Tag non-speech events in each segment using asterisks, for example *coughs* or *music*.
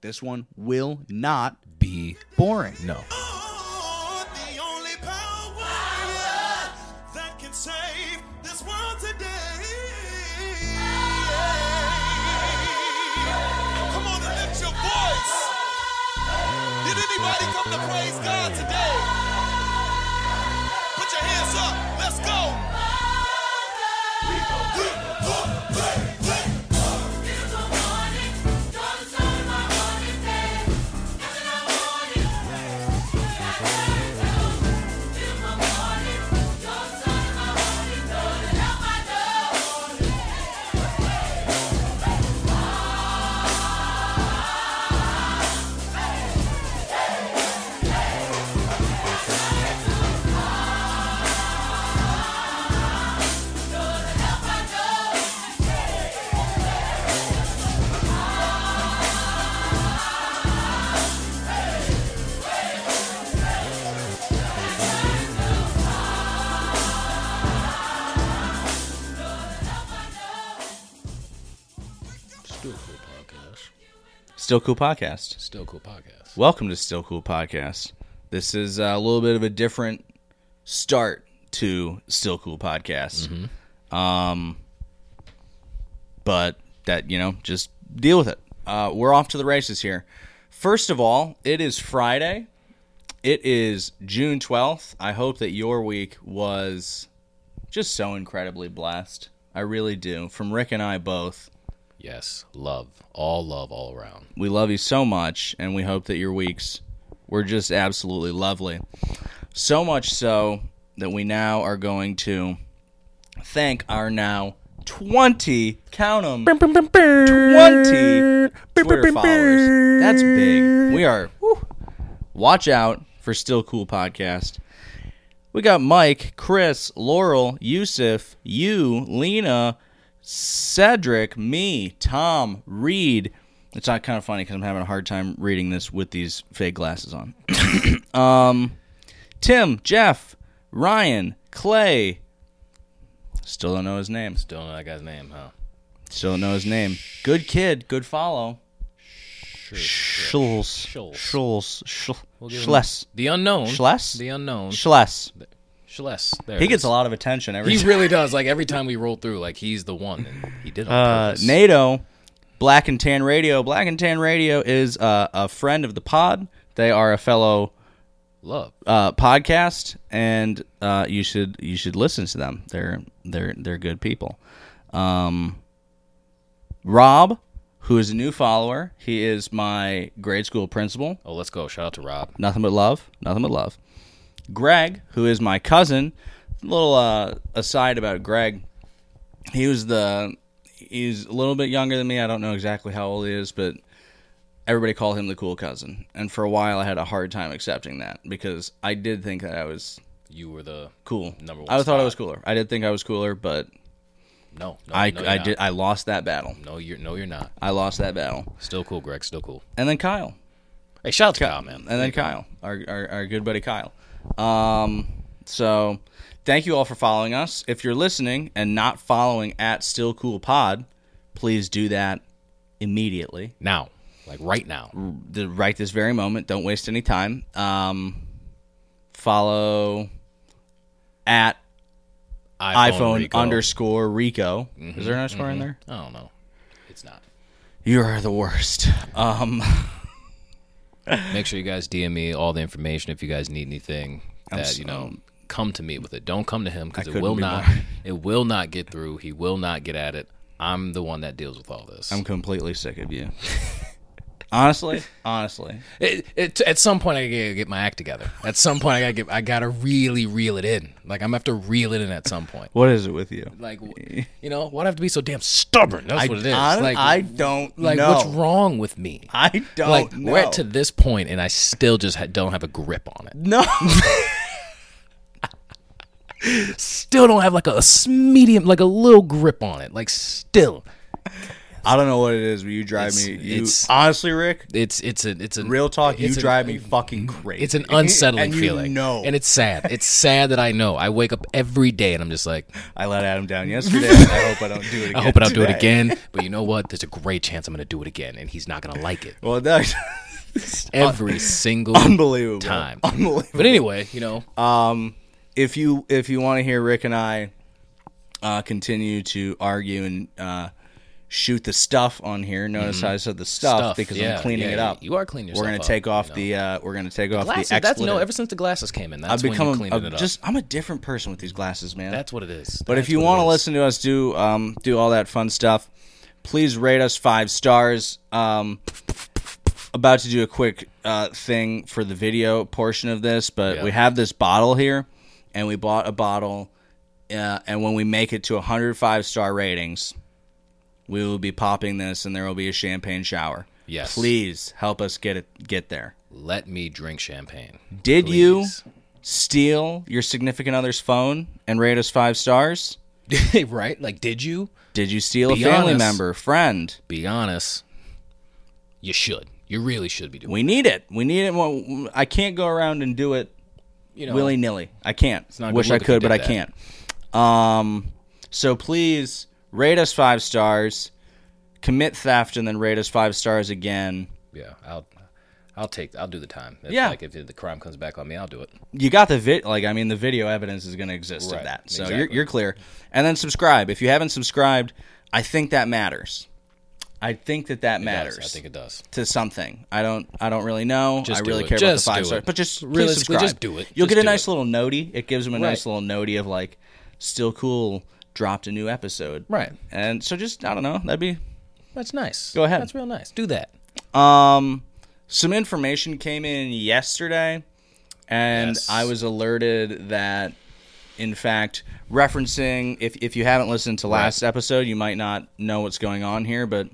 This one will not Be boring. no. The only power that can save this world today. Come on and lift your voice. Did anybody come to praise God today? Put your hands up. Let's go. Still cool podcast. Still cool podcast. Still cool podcast. Welcome to Still Cool Podcast. This is uh, a little bit of a different start to Still Cool Podcast. Um, but that, you know, just deal with it. Uh, we're off to the races here. First of all, it is Friday. It is June 12th. I hope that your week was just so incredibly blessed. I really do. From Rick and I both. Yes, love, all love, all around. We love you so much, and we hope that your weeks were just absolutely lovely. So much so that we now are going to thank our now 20, count 'em, 20 Twitter followers. That's big. We are, whew. watch out for Still Cool Podcast. We got Mike, Chris, Laurel, Yusuf, you, Lena, Cedric, me, Tom, Reed. It's not kind of funny because I'm having a hard time reading this with these fake glasses on. *coughs* um, Tim, Jeff, Ryan, Clay. Still don't know his name. Don't know that guy's name, huh? Still don't know his name. Good kid. Good follow. Schulz. Schulz. Schulz. Schul- give him- Schles. The unknown. Schles? The unknown. Schles. Schles. There He it gets is. a lot of attention every He time. really does. Like every time we roll through, like he's the one. And he did. it On Uh, purpose. NATO, Black and Tan Radio. Black and Tan Radio is uh, a friend of the pod. They are a fellow love. uh, podcast, and uh, you should you should listen to them. They're they're they're good people. Um, Rob, who is a new follower, he is my grade school principal. Oh, let's go. Shout out to Rob. Nothing but love. Nothing but love. Greg, who is my cousin, little uh, aside about Greg. He was the he's a little bit younger than me. I don't know exactly how old he is, but everybody called him the cool cousin. And for a while I had a hard time accepting that because I did think that I was You were the cool. Number one I thought I spot. was cooler. I did think I was cooler, but No, no I no, I you're did not. I lost that battle. No, you're no, you're not. I lost that battle. Still cool, Greg. Still cool. And then Kyle. Hey, shout out to Kyle, man. and then Kyle, our, our, our good buddy Kyle. Um, so thank you all for following us. If you're listening and not following at Still Cool Pod, please do that immediately. now, like right now, The, right this very moment. Don't waste any time. Um, follow at iPhone Rico. underscore Rico. Is there an underscore in there? I don't know. It's not. You are the worst. Um, Make sure you guys DM me all the information if you guys need anything that you know. Come to me with it. Don't come to him because it couldn't will be not. more- *laughs* It will not get through. He will not get at it. I'm the one that deals with all this. I'm completely sick of you. *laughs* honestly, honestly. It, it, at some point, I gotta get my act together. At some point, I gotta get. I gotta really reel it in. Like I'm gonna have to reel it in at some point. What is it with you? Like, *laughs* w- you know, why do I have to be so damn stubborn? That's what it is. I, like, I don't like know. what's wrong with me? I don't like know. we're at to this point, and I still just ha- don't have a grip on it. *laughs* no. Still don't have like a, s- medium, like a little grip on it. Like still, I don't know what it is, but you drive It's- me. You, it's- honestly, Rick, It's it's a it's a real talk, you it's a- drive me fucking crazy. It's an unsettling and feeling. You know, and it's sad. It's sad that I know. I wake up every day and I'm just like, I let *laughs* Adam down yesterday. I hope I don't do it. again I hope I don't do it today. again. But you know what? There's a great chance I'm going to do it again, and he's not going to like it Well, that's *laughs* every single unbelievable. time. Unbelievable. But anyway, you know, if you if you want to hear Rick and I uh, continue to argue and uh, shoot the stuff on here, notice how I said the stuff, Mm-hmm. Stuff, because yeah, I'm cleaning yeah, it up. you are cleaning We're gonna yourself up, take off you the uh, we're gonna take off glasses. the That's no. expletive. Ever since the glasses came in, that's I've when you become a, cleaned a- it up. just I'm a different person with these glasses, man. that's what it is. But That's if you what it want to is. listen to us do um, do all that fun stuff, please rate us five stars. Um, about to do a quick uh, thing for the video portion of this, but Yeah. we have this bottle here, and we bought a bottle. Uh, and when we make it to 105 star ratings, we will be popping this, and there will be a champagne shower. Yes. please help us get it get there. let me drink champagne. Did please. Steal your significant other's phone and rate us five stars. *laughs* right? Like, did you? Did you steal Be a family honest. member, friend? Be honest. You should. You really should be doing. We need it. We need it. Well, I can't go around and do it You know, willy nilly. I can't. not a good Wish I look if could, you but I did can't. Um, so please rate us five stars. Commit theft and then rate us five stars again. Yeah, I'll. I'll take. I'll do the time. If, Yeah. Like if the crime comes back on me, I'll do it. You got the vid. Like I mean, the video evidence is going to exist Right, of that. So you're exactly. you're clear. And then subscribe if you haven't subscribed. I think that matters. I think that that matters. I think it does. to something. I don't I don't really know. Just I do really it. care Just about the five do stars. it. But just really Realistically, subscribe. just do it. You'll Just get a do nice it. little notey. It gives them a nice Right. little notey of like still cool dropped a new episode. Right. And so just I don't know, that'd be That's nice. Go ahead. That's real nice. Do that. um some information came in yesterday and Yes. I was alerted that in fact referencing if if you haven't listened to last episode, you might not know what's going on here, but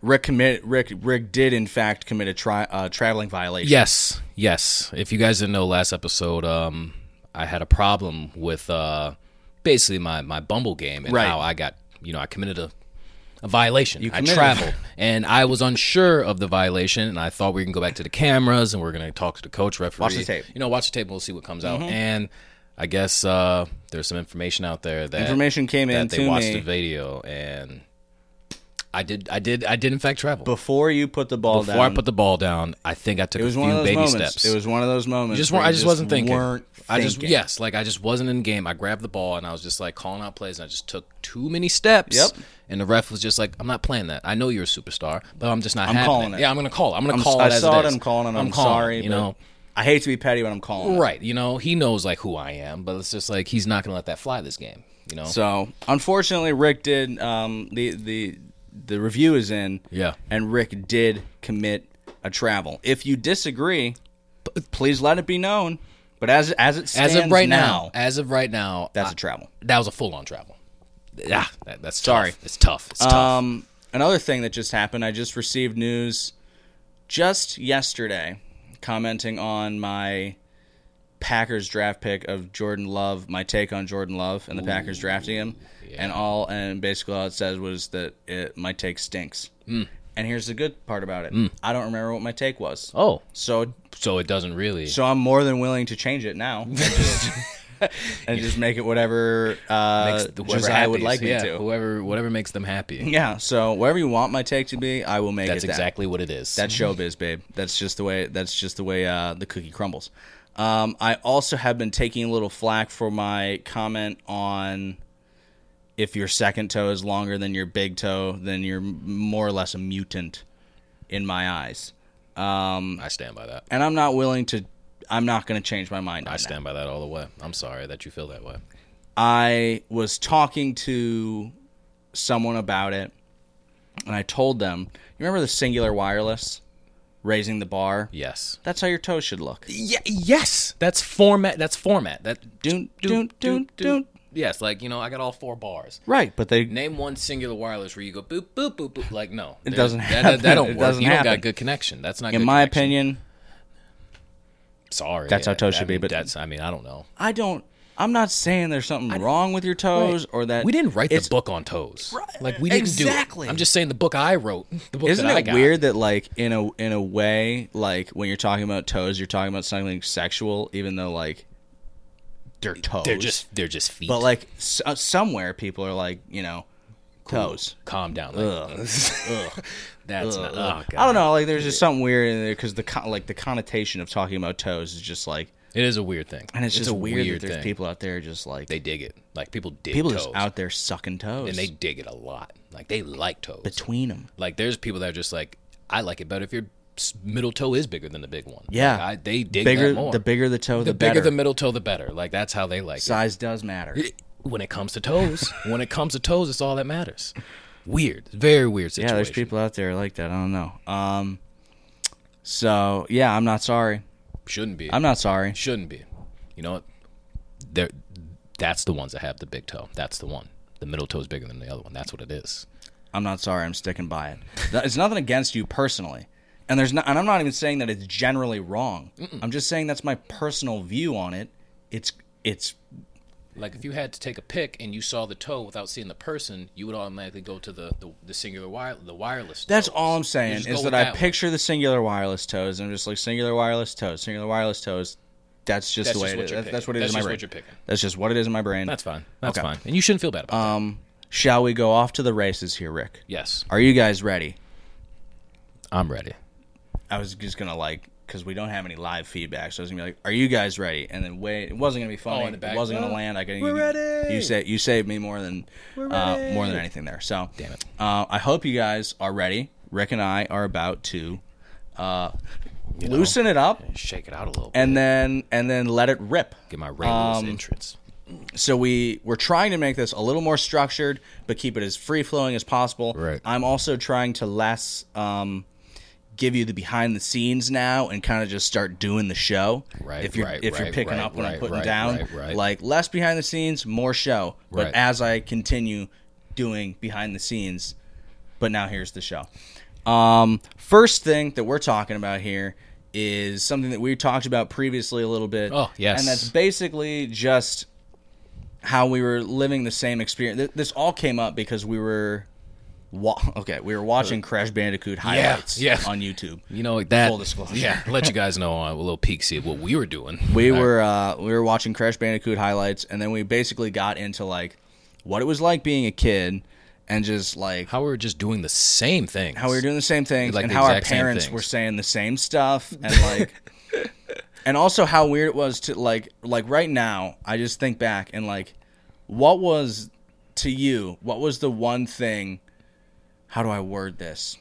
Rick commit Rick Rick did in fact commit a tri- uh, traveling violation. Yes, yes. If you guys didn't know last episode, um, I had a problem with uh, basically my my Bumble game and Right. how I got you know I committed a a violation. I committed. traveled and I was unsure of the violation, and I thought we can go back to the cameras and we're gonna talk to the coach referee. Watch the tape. Mm-hmm. You know, watch the tape. and We'll see what comes out. And I guess uh, there's some information out there that Information came in that they to watched me. the video and. I did. I did. I did. In fact, travel before you put the ball before down. I put the ball down. I think I took it was a one few of those baby moments. steps. It was one of those moments. You just where weren't. I you just, wasn't thinking. Weren't I just thinking. yes, like I just wasn't in game. I grabbed the ball and I was just like calling out plays, and I just took too many steps. Yep. And the ref was just like, "I'm not playing that. I know you're a superstar, but I'm just not. I'm having calling it. Yeah, I'm gonna call. it. I'm gonna I'm, call I it as saw it it. is. I'm calling it. I'm, calling it, sorry. You but know, I hate to be petty, but I'm calling. it. right? You know, he knows like who I am, but it's just like he's not gonna let that fly this game. You know. So unfortunately, Rick did. Um, the the the review is in. Yeah. And Rick did commit a travel. If you disagree, please let it be known. But as as it as stands of right now, now, as of right now, that's I- a travel. that was a full on travel. Yeah, that, that's tough. Sorry. It's tough. It's tough. Um, another thing that just happened, I just received news just yesterday commenting on my Packers draft pick of Jordan Love, my take on Jordan Love and the Packers drafting him. And all and basically all it says was that it, my take stinks. Hmm. And here's the good part about it. I don't remember what my take was. oh, So so it doesn't really. so I'm more than willing to change *laughs* it now. *laughs* And just, and just make it whatever uh Makes- whoever's Josiah would happy. like So, me yeah, to. Whoever, whatever makes them happy. Yeah, so whatever you want my take to be, I will make That's it. that. exactly what it is. That's showbiz, babe. That's just the way. That's just the way uh, the cookie crumbles. Um, I also have been taking a little flack for my comment on if your second toe is longer than your big toe, then you're m- more or less a mutant in my eyes. I stand by that. And I'm not willing to. I'm not going to change my mind. On I that. stand by that all the way. I'm sorry that you feel that way. I was talking to someone about it, and I told them, "You remember the singular wireless raising the bar? Yes. That's how your toe should look." Yeah, yes. That's format. That's format. That Doon, doon, doon, doon. Yes, like you know, I got all four bars. Right, but they Name one singular wireless where you go boop boop boop boop. Like no, it doesn't That, happen. that, that don't It work. doesn't you don't got happen. a good connection. That's not. in good my connection. opinion, sorry. that's how I- toast I should be, mean, but- that's. I mean, I don't know. I don't I'm not saying there's something wrong with your toes or that We didn't write the it's- book on toes. Like we didn't Exactly. do it. I'm just saying the book I wrote. The book Isn't that I it got. weird that like in a in a way like when you're talking about toes, you're talking about something sexual, even though like they're toes. They're just they're just feet. but like s- uh, somewhere people are like you know toes. calm down. Like, ugh. That's not. Oh, God. I don't know. Like there's just something weird in there because the con- like the connotation of talking about toes is just like, It is a weird thing, and it's, just a weird, that there's thing. people out there just like They dig it. Like people dig people toes, just out there sucking toes and they dig it a lot. Like they like toes. between them. like there's people that are just like, I like it better if your s- middle toe is bigger than the big one. Yeah. Like, I, they dig Bigger that more. the bigger the toe, the, the bigger better. the middle toe, the better. Like that's how they like it. size does matter. when it comes to toes, *laughs* when it comes to toes, it's all that matters. Weird, very weird situation. Yeah, there's people out there like that. I don't know. Um, so yeah, I'm not sorry. shouldn't be. I'm not sorry. shouldn't be. You know what? They're, that's the ones that have the big toe. That's the one. The middle toe is bigger than the other one. That's what it is. I'm not sorry. I'm sticking by it. Th- It's nothing against you personally, and there's not. And I'm not even saying that it's generally wrong. I'm just saying that's my personal view on it. It's it's Like if you had to take a pic and you saw the toe without seeing the person, you would automatically go to the the, the singular wire, the wireless. That's toes. all I'm You saying just go is with that I one. picture the singular wireless toes, and I'm just like singular wireless toes, singular wireless toes. That's just That's the way just it what is. you're That's, picking. that's what it is That's in my just brain. what you're picking. That's just what it is in my brain. That's fine. That's Okay. Um, fine, and you shouldn't feel bad about it. Shall we go off to the races here, Rick? Yes, Are you guys ready? I'm ready. I was just gonna like because we don't have any live feedback, so I was gonna be like, "Are you guys ready?" And then wait, it wasn't gonna be funny. Oh, in the back. It wasn't gonna Oh, land. I could. we're ready. You say you saved me more than uh, more than anything there. So Damn it. Uh, I hope you guys are ready. Rick and I are about to uh, loosen it up Shake it out a little. bit. and then and then let it rip. get my Rainbow's um, entrance. So we we're trying to make this a little more structured, but keep it as free flowing as possible. Right. I'm also trying to less um, give you the behind the scenes now and kind of just start doing the show. Right, If you're right, if you're right, picking right, up what I'm right, putting right, down, right, right. like less behind the scenes, more show. But Right. as I continue doing behind the scenes, but now here's the show. Um, first thing that we're talking about here is something that we talked about previously a little bit. Oh, yes. and that's basically just how we were living the same experience. Th- This all came up because we were, wa- *laughs* okay, we were watching Crash Bandicoot highlights yeah. on YouTube. You know that. Full disclosure. Yeah, let you guys know uh, a little peek see what we were doing. We were uh, we were watching Crash Bandicoot highlights, and then we basically got into like what it was like being a kid, and just like how we were just doing the same thing. how we were doing the same things Like and the how our exact same parents were things. saying the *laughs* same stuff and like and also how weird it was to like like right now i just think back and like what was to you what was the one thing how do i word this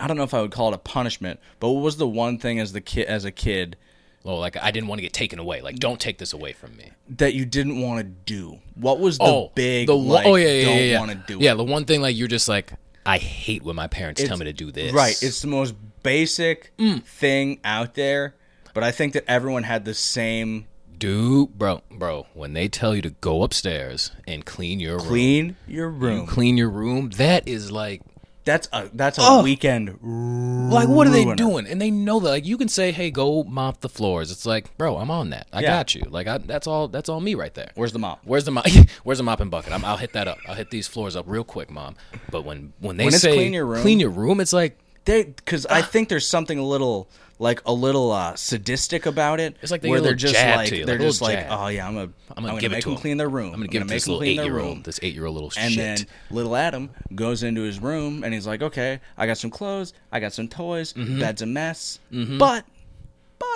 i don't know if i would call it a punishment but what was the one thing as the kid as a kid Oh, like I didn't want to get taken away. Like, don't take this away from me. that you didn't want to do what was the oh, big the one- like, oh yeah yeah don't yeah yeah. want to do yeah it the one thing like you're just like I hate when my parents tell It's- me to do this. Right. It's the most basic Mm. thing out there, but I think that everyone had the same dude, bro, bro. When they tell you to go upstairs and clean Mm. your room, clean your room. clean your room, that is like That's a that's a weekend. like what are they Ruiner. doing? And they know that. Like you can say, hey, go mop the floors. It's like, bro, I'm on that. I Yeah. got you. Like I, that's all. That's all me right there. Where's the mop? Where's the mop? *laughs* Where's the mop and bucket? I'm, I'll hit that up. I'll hit these floors up real quick, mom. But when when they When it's say clean your room- clean your room, it's like They because I think there's something a little like a little uh, sadistic about it. It's like they where get a they're little just jab like to you, they're like a little just like, jab. oh yeah, I'm gonna I'm gonna, give make it to them him. clean their room. I'm gonna give it to make this them little clean eight their year room. old. This eight year old little And shit. then little Adam goes into his room and he's like, "Okay, I got some clothes, I got some toys, Mm-hmm. bed's a mess, but, but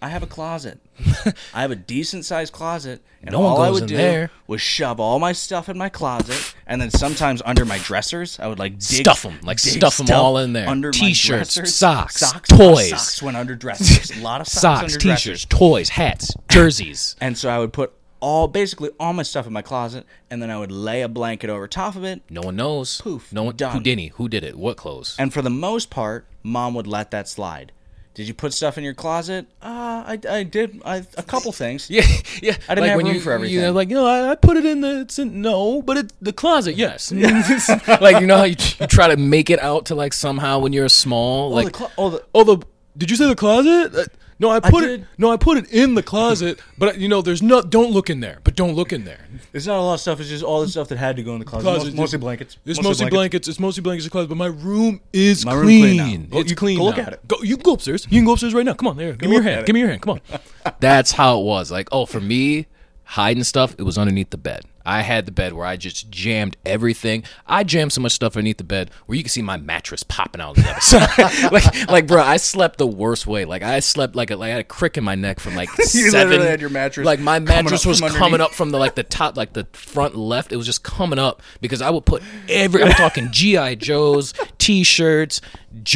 I have a closet. *laughs* I have a decent sized closet, and No one all I goes would in do there." was shove all my stuff in my closet, and then sometimes under my dressers, I would like dig, Stuff 'em, like dig stuff 'em stuff all in there. Under my T-shirts, dressers. socks, socks, a lot of toys. socks went under dressers, a lot of socks, socks, under t-shirts, dressers. toys, hats, *laughs* jerseys. And so I would put all basically all my stuff in my closet, and then I would lay a blanket over top of it. no one knows. Poof, No one. Who done. did he? Who did it? What clothes? And for the most part, mom would let that slide. Did you put stuff in your closet? Uh, I, I did I, a *laughs* couple things. yeah, yeah. I didn't have room you, for You know, everything. like, you know, I, I put it in the it's in, no, but it, the *laughs* closet, yes. like, you know how you, you try to make it out to like somehow when you're small, Oh, like the clo- oh, the, oh the did you say the closet? Uh, No, I put it. did. No, I put it in the closet. But you know, there's no. Don't look in there. But don't look in there. It's not a lot of stuff. It's just all the stuff that had to go in the closet. Closet, Most- you- mostly blankets. It's mostly, blankets. It's mostly blankets in the closet. But my room is My room clean clean. now. Go- it's you- clean. go look now. at it. Go, you can go upstairs. You can go upstairs right now. Come on, there. Give me your look at hand. it. Give me your hand. Come on. *laughs* That's how it was. Like, oh, for me, hiding stuff, it was underneath the bed. I had the bed where I just jammed everything. I jammed so much stuff underneath the bed where you can see my mattress popping out of the other side. *laughs* like, like, bro, I slept the worst way. Like, I slept like, a, like I had a crick in my neck from *laughs* like You seven. literally had your mattress Like my coming up mattress was from underneath. coming up from the like the top, like the front left. It was just coming up because I would put every. I'm *laughs* talking GI Joes, T-shirts,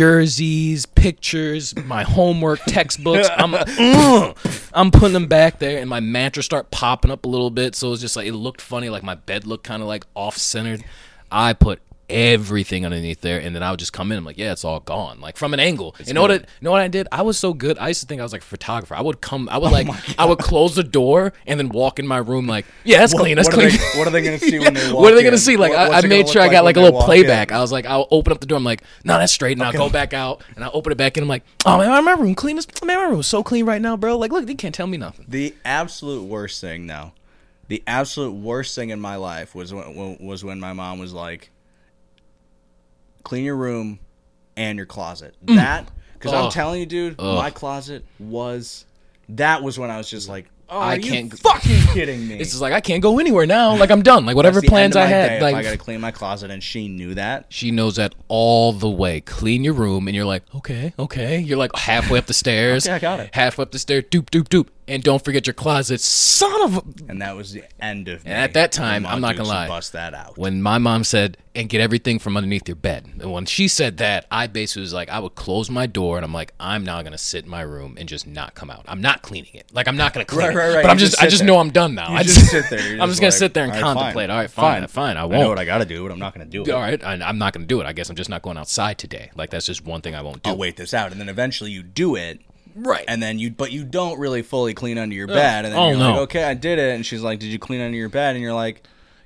jerseys, pictures, my homework, textbooks. I'm ugh, I'm putting them back there, and my mattress start popping up a little bit. So it was just like it looked funny. Like my bed looked kind of like off centered. I put. Everything underneath there, and then I would just come in. I'm like, yeah, it's all gone, like from an angle. you know what? I, you know what I did? I was so good. I used to think I was like a photographer. I would come. I would Oh like. I would close the door and then walk in my room. Like, yeah, that's *laughs* clean. That's What are, clean. they, what are they gonna see when they walk What are they gonna in? see? Like What- I, what's I it made gonna sure I look got like, when a they little walk playback. in? I was like, I'll open up the door. I'm like, no, that's straight. And I'll go back out and I'll open it back in. I'm like, oh man, my room clean is man, my room's so clean right now, bro. Like, look, they can't tell me nothing. The absolute worst thing now, the absolute worst thing in my life was when, when- was when my mom was like, "Clean your room and your closet." That because Mm. I'm Ugh. telling you, dude, my closet was that was when I was just like, "Oh, I are you can't- fucking kidding me." It's just like I can't go anywhere now. Like I'm done. Like whatever That's the end plans of I my day had. if Like I gotta clean my closet, and she knew that. she knows that all the way. Clean your room, and you're like, okay, okay. You're like halfway up the stairs. *laughs* Okay, I got it. Halfway up the stairs. Doop, doop, doop. And don't forget your closet. Son of a. And that was the end of me. And at that When time, my I'm not dudes gonna lie. would Bust that out. When my mom said, and get everything from underneath your bed. And when she said that, I basically was like, I would close my door and I'm like, I'm now going to sit in my room and just not come out. I'm not cleaning it. Like, I'm not going to clean *laughs* Right, right, it. right. But I'm You just, just I sit just there. know I'm done now. You I just sit there. You're *laughs* I'm just just going like, to sit there and "All right, fine. contemplate. All right, fine. Fine. I won't. I know what I gotta do, but I'm not gonna do it. all right, I, I'm not going to do it. I guess I'm just not going outside today. Like that's just one thing I won't do. I'll Oh, wait this out, and then eventually you do it, Right. and then you but you don't really fully clean under your bed, and then Oh, you're like, no. okay, I did it, and she's like, did you clean under your bed? And you're like,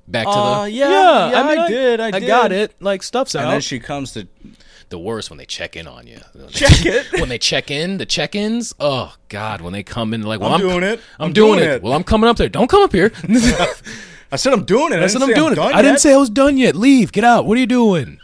Back to uh, the yeah, yeah, I, did, I, did. got it. Like stuff's And out. then she comes to the worst when they check in on *laughs* you. When they- check it. when they check in, the check-ins. Oh God, when they come in, like well, I'm I'm, doing it. I'm, I'm doing, doing it. it. Well, I'm coming up there. Don't come up *laughs* here. *laughs* I said I'm doing it. I I, didn't said I'm say doing it. done I didn't yet." say I was done yet. Leave. Get out. What are you *laughs* doing?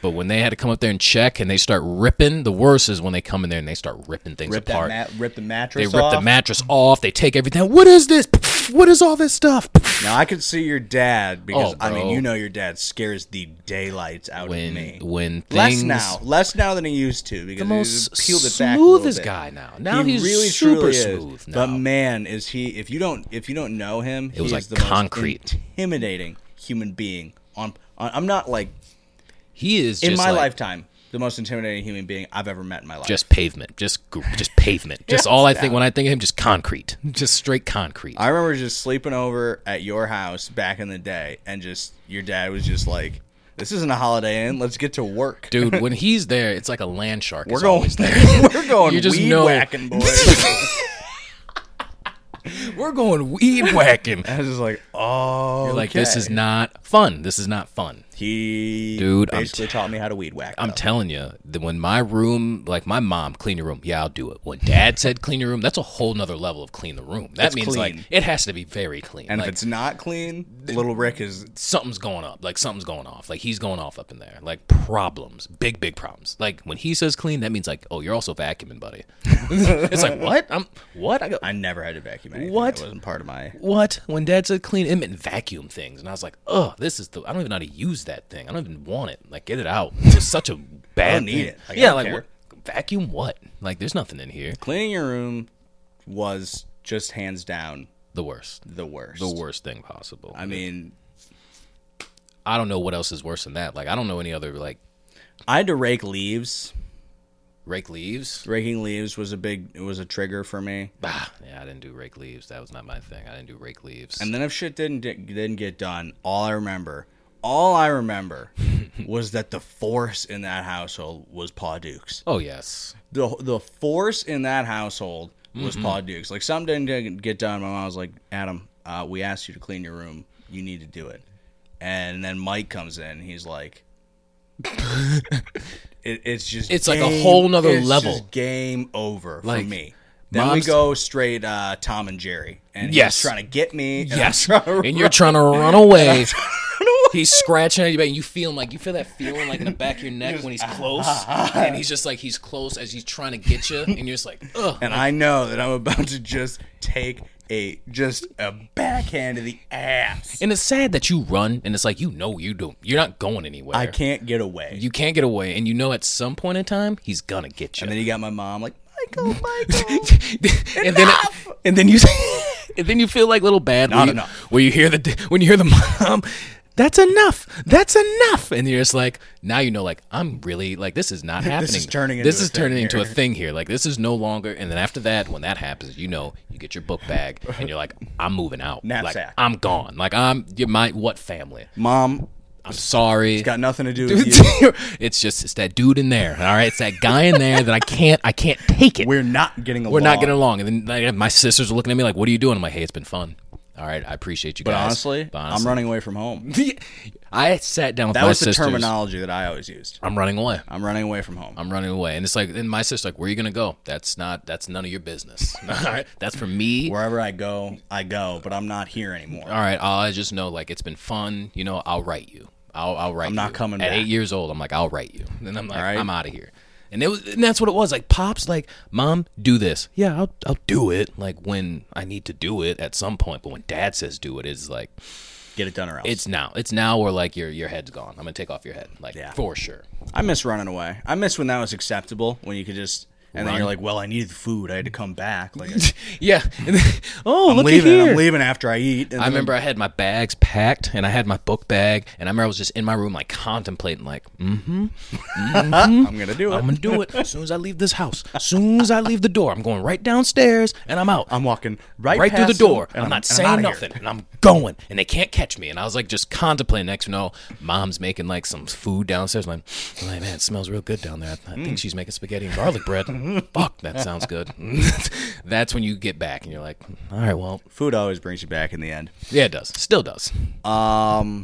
But when they had to come up there and check, and they start ripping, the worst is when they come in there and they start ripping things rip that apart. mat, rip the they mattress. rip the off. mattress off. They take everything. What is this? What is all this stuff? Now I could see your dad because Oh, I mean bro. you know your dad scares the daylights out of When me. when Less things now, less now than he used to because the he's most peeled it back a little smoothest bit. guy now. Now he's super smooth now. But man, is he? If you don't, if you don't know him, it was like the concrete. most intimidating human being. On, on I'm not like he is in just my like- lifetime the most intimidating human being I've ever met in my life. just pavement, just gr- just pavement, just all I think when I think of him, just concrete, *laughs* just straight concrete. I remember just sleeping over at your house back in the day, and just your dad was just like, "This isn't a Holiday Inn. Let's get to work, *laughs* Dude, when he's there, it's like a land shark. We're is going. always there. *laughs* we're going. You just weed know. whacking, *laughs* boys." We're going weed *laughs* whacking. I was just like, "Oh, Like this okay." is not fun. This is not fun. He Dude, I'm basically taught me how to weed whack. I'm though. telling you, that when my room, like my mom, clean your room. Yeah, I'll do it. When dad said clean your room, that's a whole nother level of clean the room. That It's means clean. like it has to be very clean. and like, if it's not clean, little Rick is something's going up. Like something's going off. Like he's going off up in there. Like problems, big big problems. Like when he says clean, that means like, oh, you're also vacuuming, buddy. *laughs* it's like what? I'm what? I go I never had to vacuum anything. What? That wasn't part of my. what? When Dad said clean, it meant vacuum things, and I was like, oh, this is the. I don't even know how to use that thing. I don't even want it. Like get it out. It's just such a bad. don't need thing. it. Like, I yeah, don't like care. what- vacuum what? Like there's nothing in here. Cleaning your room was just hands down The worst. the worst. The worst thing possible. I mean, I don't know what else is worse than that. Like I don't know any other like I had to rake leaves. rake leaves. Raking leaves was a big. It was a trigger for me. Bah. Yeah, I didn't do rake leaves. That was not my thing. I didn't do rake leaves. And then if shit didn't di- didn't get done, all I remember, all I remember, was that the force in that household was Paw Dukes. oh yes. the the force in that household was Mm-hmm. Paul Dukes. Like something didn't get done. My mom was like, Adam, uh, we asked you to clean your room. You need to do it. And then Mike comes in. And he's *laughs* like, it, it's just It's like a whole nother it's level. just game over Like for me. Then we Mom's- go straight uh, Tom and Jerry, and Yes. he's trying to get me. And I'm Yes. trying to *laughs* And you're run. trying to run away. He's scratching at your back, and you feel him, like you feel that feeling like in the back of your neck when he's *laughs* close, and he's just like he's close as he's trying to get you, and you're just like, ugh. and I know that I'm about to just take a just a backhand to the ass. And it's sad that you run, and it's like you know you don't, you're not going anywhere. I can't get away. You can't get away, and you know at some point in time he's gonna get you. and then you got my mom like *laughs* Michael, Michael. and then and then you *laughs* and then you feel like little bad Not when you, enough. where you hear the when you hear the mom that's enough that's enough and you're just like now you know like i'm really like this is *laughs* not happening is turning this into a is thing turning into a here. thing here like this is no longer and then after that when that happens you know you get your book *laughs* bag and you're like i'm moving out like Knapsack. i'm gone like i'm you my what family mom i'm sorry *laughs* got nothing to do with you. it's just it's that dude in there all right it's that guy in there that i can't i can't take it We're not getting along. we're not getting along. And then like, my sisters are looking at me like, "What are you doing?" I'm like, "Hey, it's been fun. All right, I appreciate you But guys." honestly, But I'm running away from home. honestly- *laughs* I sat down with That my was the sisters. terminology that I always used. I'm running away. I'm running away from home. I'm running away, and it's like, and my sister's like, "Where are you gonna go? That's not. That's none of your business. *laughs* All right, that's for me. Wherever I go, I go, but I'm not here anymore. All right, I just know like it's been fun. You know, I'll write you. I'll, I'll write. I'm not coming At back. eight years old, I'm like, I'll write you. And I'm like, right. I'm out of here. And it was, and that's what it was. Like, pops, like, mom, do this. Yeah, I'll, I'll do it. Like when I need to do it at some point. But when dad says do it, it's like, Get it done or else. it's now. It's now or like your your head's gone. I'm gonna take off your head, like Yeah. for sure. I miss running away. I miss when that was acceptable, when you could just and then Run. you're like, well, I needed the food. I had to come *laughs* back. Like, Yeah. oh, I'm leaving. I'm leaving after I eat. And I remember I had my bags packed and I had my book bag and I remember I was just in my room like contemplating like I'm gonna do it. I'm gonna do it as soon as I leave this house. As soon as I leave the door, I'm going right downstairs and I'm out. I'm walking right right through the past them, door. and I'm, I'm- not and I'm saying outta here. nothing, and I'm going, and they can't catch me. And I was like just contemplating. Next, you know, mom's making like some food downstairs. I'm like, I'm like, man, it smells real good down there. I, I Mm. think she's making spaghetti and garlic bread. Fuck, that sounds good. *laughs* That's when you get back and you're like, all right, well, Food always brings you back in the end. yeah, it does, still does. Um,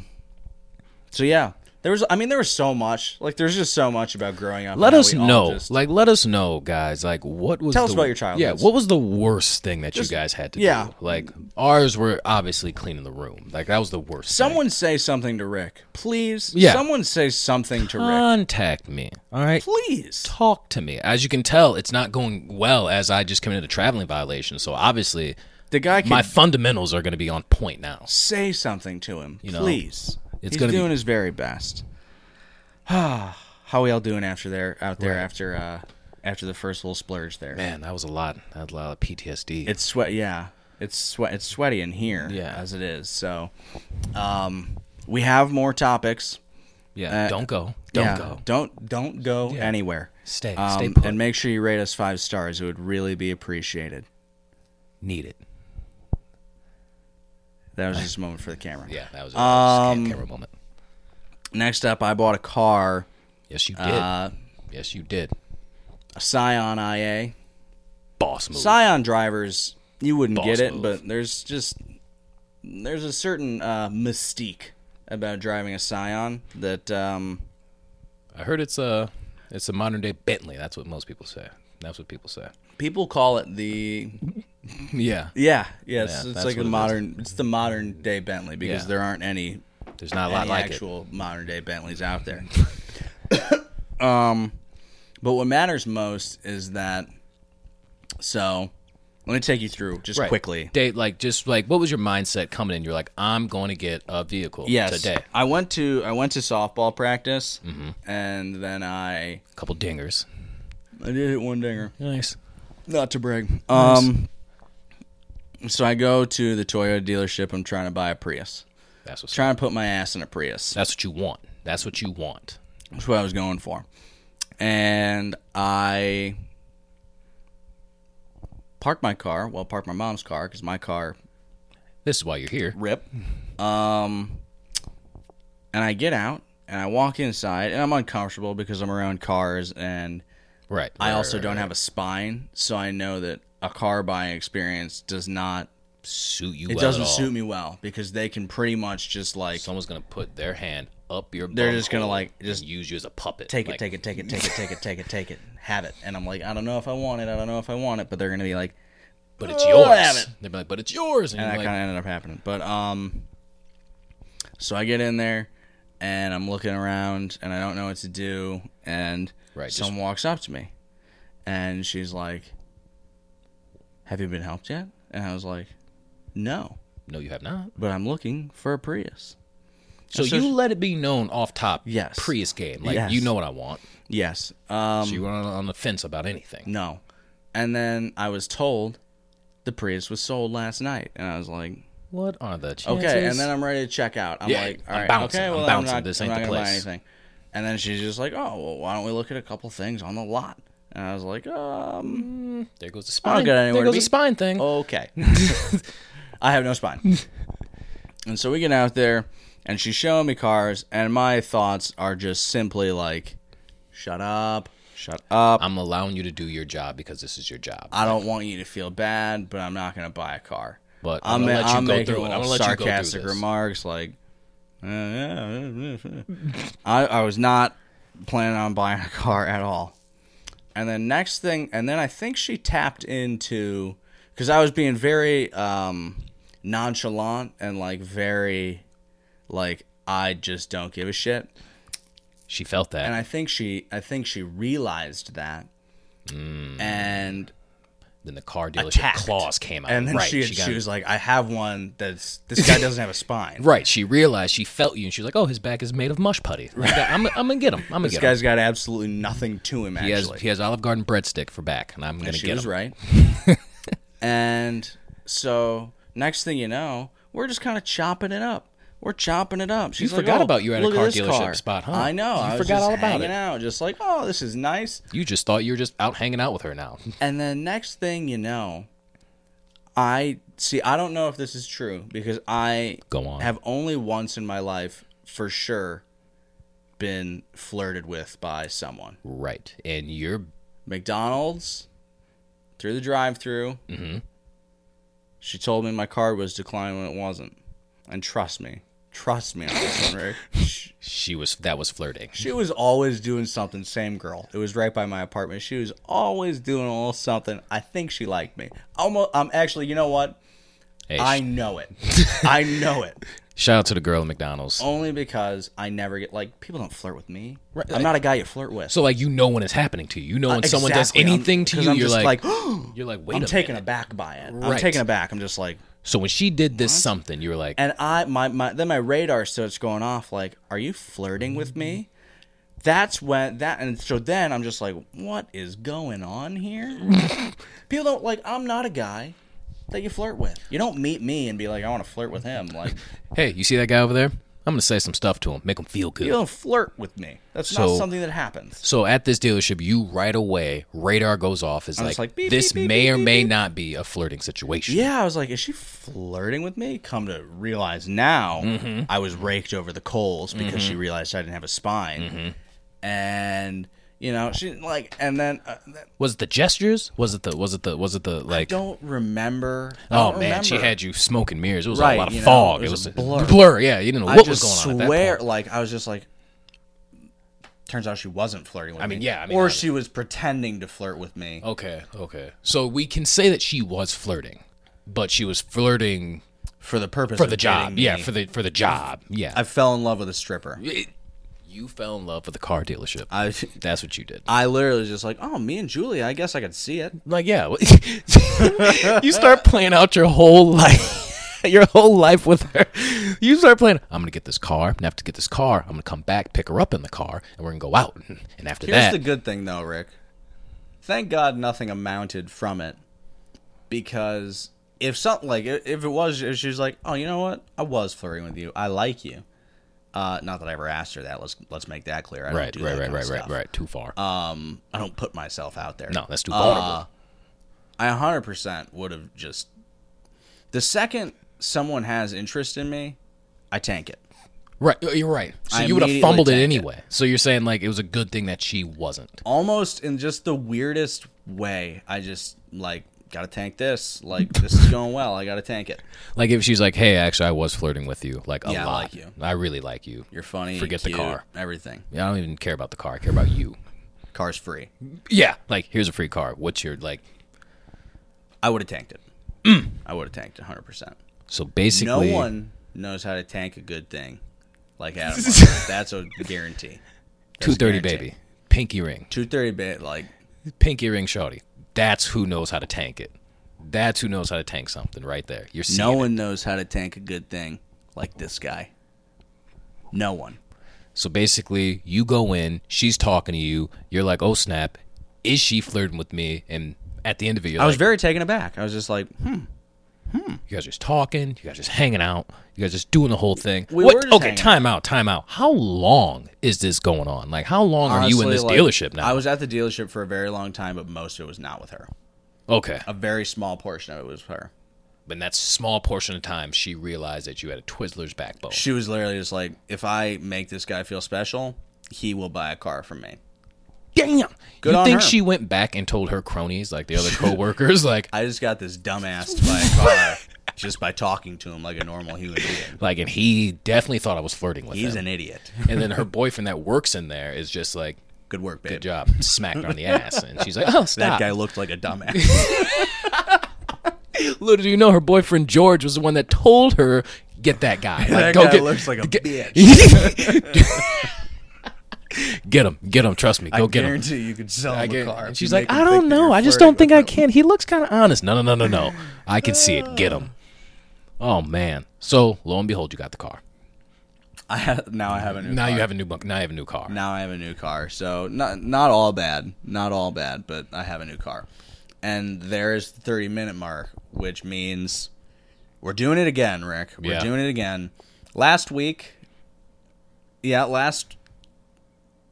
So yeah, there was. I mean, there was so much. Like, there's just so much about growing up. Let and how us we all know, just- like, let us know, guys. Like, what was Tell us the- about your childhoods. Yeah, what was the worst thing that Just- you guys had to yeah. do? Like, ours were obviously cleaning the room. Like, that was the worst. thing. someone say something to Rick, please. Yeah. Uh, Someone say something to Rick, contact me. All right, please. talk to me. As you can tell, it's not going well as I just committed a traveling violation. So obviously, The guy can my fundamentals are going to be on point now. say something to him, You know, please. it's He's gonna be- doing his very best. *sighs* How we all doing after there? Out there after uh after the first little splurge there. Man, that was a lot. That was a lot of PTSD. It's sweat. Yeah, it's sweat. It's sweaty in here. Yeah. as it is. So, um, we have more topics. yeah, uh, don't go. Don't Yeah, go. Don't don't go anywhere. Stay- Um, stay put. and make sure you rate us five stars. It would really be appreciated. Need it. That was just a moment for the camera. Yeah, that was, that was Um, just a camera moment. Next up, I bought a car, Yes, you did. uh, yes, you did. a Scion IA. Boss move. Scion drivers, you wouldn't Boss get it, move. but there's just there's a certain uh, mystique about driving a Scion that um, I heard it's a it's a modern day Bentley. That's what most people say. That's what people say. people call it the Yeah, Yeah, yes, Yeah, it's that's like what a it is. modern. It's the modern day Bentley because Yeah. there aren't any, there's not a lot any like it. actual modern day Bentleys out there. *coughs* um, but what matters most is that. So, let me take you through just Right. quickly. Date like just like what was your mindset coming in? You're like, I'm going to get a vehicle Yes, today. I went to I went to softball practice, Mm-hmm. and then I couple dingers. I did hit one dinger. Nice. Not to brag. Um, so I go to the Toyota dealership. I'm trying to buy a Prius. That's what's Trying to put my ass in a Prius. That's what you want. That's what you want. That's what I was going for. And I parked my car, well, parked my mom's car because my car This is why you're here. rip. *laughs* Um, and I get out and I walk inside and I'm uncomfortable because I'm around cars and Right. I right, also right, don't right. have a spine. So I know that a car buying experience does not, suit you. it well at doesn't all. suit me well because they can pretty much just like Someone's gonna put their hand up your. They're just gonna, bunghole like, and just use you as a puppet. take it, Like, take *laughs* it, take it, take it, take it, take it, take it, have it. And I'm like, I don't know if I want it. I don't know if I want it. But they're gonna be like, But it's Oh, I yours. have it. They'd be like, but it's yours, and, and that you're like, kind of ended up happening. But um, so I get in there and I'm looking around and I don't know what to do. And Right, just- someone walks up to me and she's like, "Have you been helped yet?" And I was like, "No, no, you have not. but I'm looking for a Prius." So, so you she- let it be known off top. Yes. Prius game. Like Yes. you know what I want. Yes. Um, So you were on, on the fence about anything. no. And then I was told the Prius was sold last night, and I was like, What are the chances? Okay, and then I'm ready to check out. I'm Yeah, like, I'm all right, bouncing, okay, I'm well, I'm bouncing. not, This I'm ain't the not gonna buy place. anything. And then she's just like, oh, well, why don't we look at a couple things on the lot? And I was like, um, there goes the I spine. don't got anywhere There to goes be. Oh. the spine thing. *laughs* okay. I have no spine. and so we get out there, and she's showing me cars, and my thoughts are just simply like, shut up, shut up. I'm allowing you to do your job because this is your job. I don't want you to feel bad, but I'm not gonna buy a car. But I'm gonna let you go making through it. I'm little gonna let you go through sarcastic this. remarks like, "Uh, yeah, *laughs* I, I was not planning on buying a car at all. And then next thing, and then I think she tapped into because I was being very um, nonchalant and like very like I just don't give a shit. She felt that. And I think she, I think she realized that, Mm. and then the car dealership attacked. claws came out. And then right, she, got- she was like, I have one that's this guy doesn't have a spine. Right, she realized she felt you, and she was like, "Oh, his back is made of mush putty. Like, I'm, I'm gonna get him. I'm gonna This get guy's him." got absolutely nothing to him He has, actually. he has Olive Garden breadstick for back, and I'm gonna and she get was him. right. *laughs* and so next thing you know, we're just kind of chopping it up. We're chopping it up. She's like, forgot "Oh, about you at a look car this dealership car." spot, huh? I know. You I was forgot just all about it. hanging out, just like, oh, this is nice. You just thought you were just out hanging out with her now. *laughs* And then next thing you know, I see. I don't know if this is true because I Go on. have only once in my life for sure been flirted with by someone. right, and you're McDonald's through the drive-through. Mm-hmm. She told me my card was declined when it wasn't, and trust me, trust me on this one, Rick. She, she was that was flirting. she was always doing something. Same girl. It was right by my apartment. She was always doing a little something. I think she liked me. Almost. I'm actually. You know what? Hey, I sh- know it. I *laughs* know it. shout out to the girl at McDonald's. Only because I never get like people don't flirt with me. Right, I'm not a guy you flirt with. So like you know when it's happening to you. You know when someone does Uh, Exactly. I'm- anything to *gasps* 'cause you, I'm you're just like, like you're like, wait I'm a taken minute. aback by it. I'm Right. taken aback. I'm just like, So when she did this something, you were like, Uh-huh. and I my, my then my radar starts going off. Like, are you flirting with me? That's when that and so then I'm just like, what is going on here? People don't like. I'm not a guy that you flirt with. You don't meet me and be like, I want to flirt with him. Like, hey, you see that guy over there? I'm gonna say some stuff to him, make him feel good. you don't flirt with me. That's So- not something that happens. So at this dealership, you right away radar goes off is like, just like, beep, this beep, beep, may beep, or beep, may beep." not be a flirting situation. Yeah, I was like, is she flirting with me? Come to realize now, I was raked over the coals because she realized I didn't have a spine, and you know, she like, and then uh, Was it the gestures? Was it the was it the was it the like? don't remember. oh don't man, she remember. had you smoking mirrors. It was Right, a lot of you know, fog. it was a blur. Yeah, you didn't know I what was just going on. At swear, that point. like I was just like. Turns out she wasn't flirting with me. mean, yeah, I mean, or I- Oh. she was pretending to flirt with me. Okay, okay. So we can say that she was flirting, but she was flirting for the purpose for of the job. getting me. Yeah, for the for the job. Yeah. I fell in love with a stripper. It- you fell in love with a car dealership. I, That's what you did. I literally was just like, oh, me and Julia. I guess I could see it. Like, yeah, *laughs* well- you start playing out your whole life, *laughs* your whole life with her. You start playing. I'm gonna get this car. I'm gonna have to get this car. I'm gonna come back, pick her up in the car, and we're gonna go out. *laughs* And, and after Here's that, the good thing, though, Rick. Thank God nothing amounted from it, because if something like i- if it was, if she was like, "Oh, you know what? I was flirting with you. I like you." Uh, not that I ever asked her that. Let's let's make that clear. I right, don't do right, that right, kind right, of right, stuff. right. Too far. Um, I don't put myself out there. no, that's too vulnerable. I 100% would have just. The second someone has interest in me, I tank it. right, uh, you're right. So I you would have immediately fumbled it tanked it. anyway. So you're saying like it was a good thing that she wasn't. almost in just the weirdest way. I just like gotta tank this. Like this is going well. I gotta tank it. Like if she's like, "Hey, actually, I was flirting with you, like a Yeah, I lot. like you. I really like you. You're funny. Forget the cute, car. Everything. Yeah, I don't even care about the car. I care about you. Car's free. Yeah, like here's a free car. What's your like? I would have tanked it. I would have tanked it 100. percent So basically, No one knows how to tank a good thing like *laughs* Adam. Lambert. That's a guarantee. two thirty guaranteed. baby, pinky ring, Two thirty bit like pinky ring, shorty. That's who knows how to tank it. That's who knows how to tank something right there. You're seeing no it. one knows how to tank a good thing like this guy. No one. So basically, you go in, she's talking to you. You're like, "Oh snap, is she flirting with me?" And at the end of it, you're I was like, very taken aback. I was just like, hmm. You guys just talking. You guys just hanging out. You guys just doing the whole thing. We what? were just okay, hanging. time out, time out. How long is this going on? Like, how long are you in honestly, this like, dealership now? I was at the dealership for a very long time, but most of it was not with her. okay, A very small portion of it was her. but that's small portion of time she realized that you had a Twizzler's backbone. She was literally just like, if I make this guy feel special, he will buy a car from me. Damn. Good you on think her. she went back and told her cronies, like the *laughs* other coworkers, like, I just got this dumbass to buy a car *laughs* just by talking to him like a normal human being. like, and he definitely thought I was flirting with He's *laughs* him. an idiot. and then her boyfriend that works in there is just like, Good work, babe. good job, smacked her on the ass, and she's like, oh That stop. guy looked like a *laughs* dumbass. Little do you know, her boyfriend George was the one that told her, get that guy. Like, *laughs* that go guy get, looks like a bitch. *laughs* get him, get him. Trust me, go I get him. guarantee you could sell him a car. And if she's you like, make I him think don't that know. you're I just flirting don't think with I him." can. He looks kind of honest. No, no, no, no, no. I can see it. Get him. Oh man. So lo and behold, you got the car. I have, now I have a new Now car. you have a new bunk. Now you have a new car. now I have a new car. So not not all bad, not all bad, but I have a new car. And there is the 30 minute mark, which means we're doing it again, Rick. We're Yeah. doing it again. Last week, yeah, last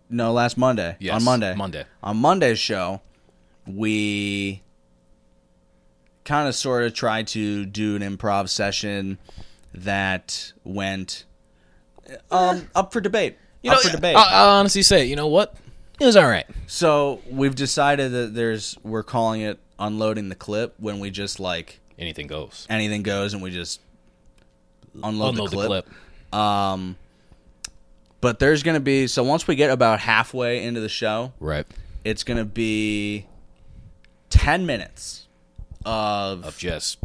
no, last Monday. Yes, on Monday. Monday. On Monday's show, we kind of sort of tried to do an improv session that went um, up for debate. up for debate. I, I'll honestly say, you know what? It was all right. So we've decided that there's we're calling it unloading the clip when we just like Anything goes. anything goes and we just unload, Unload the, clip. But there's gonna be so once we get about halfway into the show, Right. it's gonna be ten minutes of Of just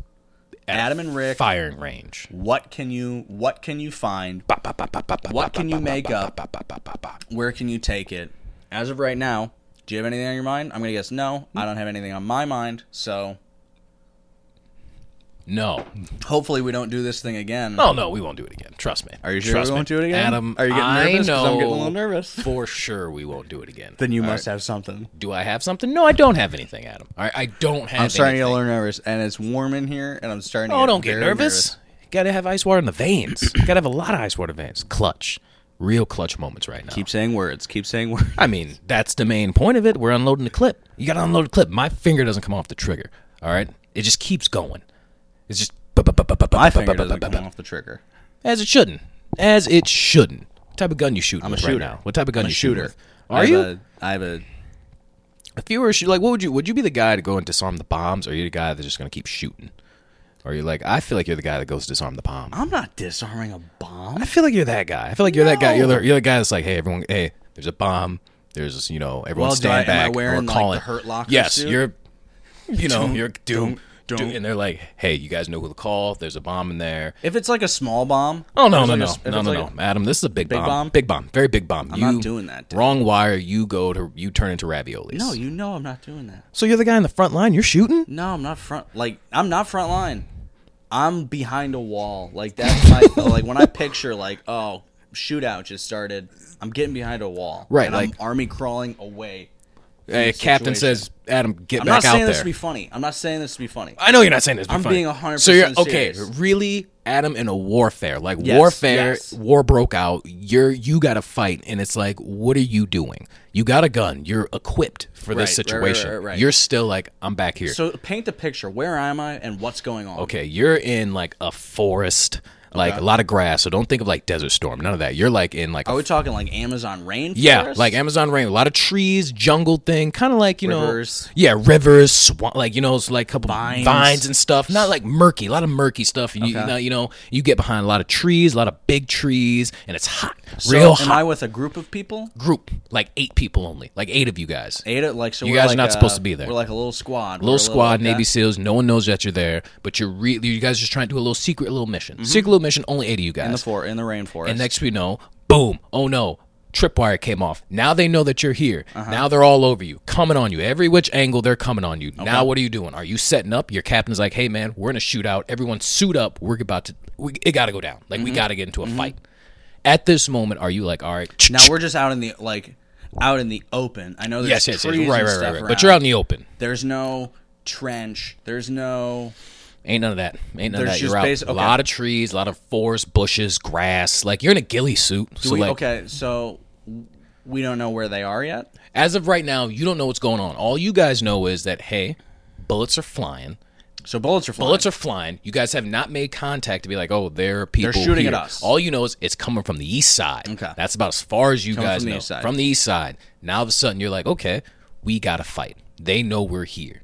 at Adam and Rick. firing range. What can you what can you find? What can you make up? Where can you take it? As of right now, do you have anything on your mind? I'm gonna guess no. I don't have anything on my mind, so No. hopefully we don't do this thing again. Oh no, we won't do it again. Trust me. Are you sure Trust we me. won't do it again? Adam? Are you getting I nervous? 'Cause Know I'm getting a little nervous. For sure, we won't do it again. Then you must have something. Do I have something? No, I don't have anything, Adam. All right, I don't have. I'm starting to get a anything. little nervous, and it's warm in here, and I'm starting. to Oh, get don't get very nervous. Gotta have ice water in the veins. Gotta have a lot of ice water in the veins. Clutch, real clutch moments right now. Keep saying words. Keep saying words. I mean, that's the main point of it. We're unloading the clip. You gotta unload the clip. My finger doesn't come off the trigger. All right, it just keeps going. It's just My finger doesn't come off the trigger. As it shouldn't. As it shouldn't. What type of gun you shooting? I'm a with shooter. right now? What type of gun I'm a you shooting shooter. with? Are I have you? A, I have a. if you were a shoo- like, what would you? Would you be the guy to go and disarm the bombs, or are you the guy that's just gonna keep shooting? Or are you like, I feel like you're the guy that goes to disarm the bomb. I'm not disarming a bomb. I feel like you're that guy. I feel like you're that guy. You're the, you're the guy that's like, hey, everyone, hey, there's a bomb. There's you know, everyone Well, do I- stand am I back. wearing, or like, call the it. Hurt Locker Yes, suit? you're. *laughs* You know, you're doom, don't, doom, don't. and they're like, hey, you guys know who to call. There's a bomb in there. If it's like a small bomb. Oh no if it's no like a no s- if no it's no like a- no! Adam, this is a big, bomb. bomb? big bomb, very big bomb. I'm not doing that, dude. Wrong wire, you go to you turn into raviolis. No, you know I'm not doing that. so you're the guy in the front line. You're shooting. No, I'm not front. Like I'm not front line. I'm behind a wall. Like that's *laughs* my like when I picture like oh shootout just started. I'm getting behind a wall. Right, and like- I'm army crawling away. Hey, the captain situation. says, Adam, get I'm back not out saying there. this to be funny. I'm not saying this to be funny. I know you're not saying this. but I'm funny. being 100% So you're okay. serious. Really, Adam, in a warfare, like Yes, warfare, yes. war broke out. You're you got to fight, and it's like, what are you doing? You got a gun. You're equipped for this Right, right, right, right, situation. right. You're still like, I'm back here. So paint the picture. Where am I and what's going on? okay, you're in like a forest. Like a lot of grass. So don't think of like desert storm. None of that. You're like in like a Are we talking like Amazon rainforest? yeah, like Amazon rain, a lot of trees, jungle thing, kind of like you Rivers. know, yeah, rivers, swamp, like you know, it's like a couple Vines. vines. and stuff. Not like murky, a lot of murky stuff. You, you, know, you know, you get behind a lot of trees, a lot of big trees, and it's hot, So real Am hot. I with a group of people? group, like eight people only, like eight of you guys, Eight, of- like so. You we're guys are like not a- supposed to be there. We're like a little squad. We're little a squad, Navy okay. SEALs. No one knows that you're there, but you're really you guys are just trying to do a little secret little mission, secret little mission. Only eight of you guys. in Mm-hmm. the for in the rainforest. And next we know, boom, oh no, tripwire came off. Now they know that you're here. Uh-huh. Now they're all over you, coming on you. Every which angle, they're coming on you. Now what are you doing? Are you setting up? Your captain's like, hey man, we're in a shootout. Everyone suit up. We're about to, we, it got to go down. Like, Mm-hmm. we got to get into a fight. At this moment, are you like, all right, now we're just out in the like out in the open. I know there's yes, yes, yes, right, trees right, and right, stuff right. But you're out around. in the open. There's no trench. There's no Ain't none of that. Ain't none There's of that. just You're out. basi- A okay. lot of trees, a lot of forest, bushes, grass. Like you're in a ghillie suit. so we- like, okay, so we don't know where they are yet. as of right now, you don't know what's going on. All you guys know is that hey, bullets are flying. So bullets are flying. Bullets are flying. You guys have not made contact to be like, oh, there are people. shooting at here. us. All you know is it's coming from the east side. Okay. That's about as far as you Coming guys from the know. east side. From the east side. Now all of a sudden you're like, okay, we got to fight. They know we're here.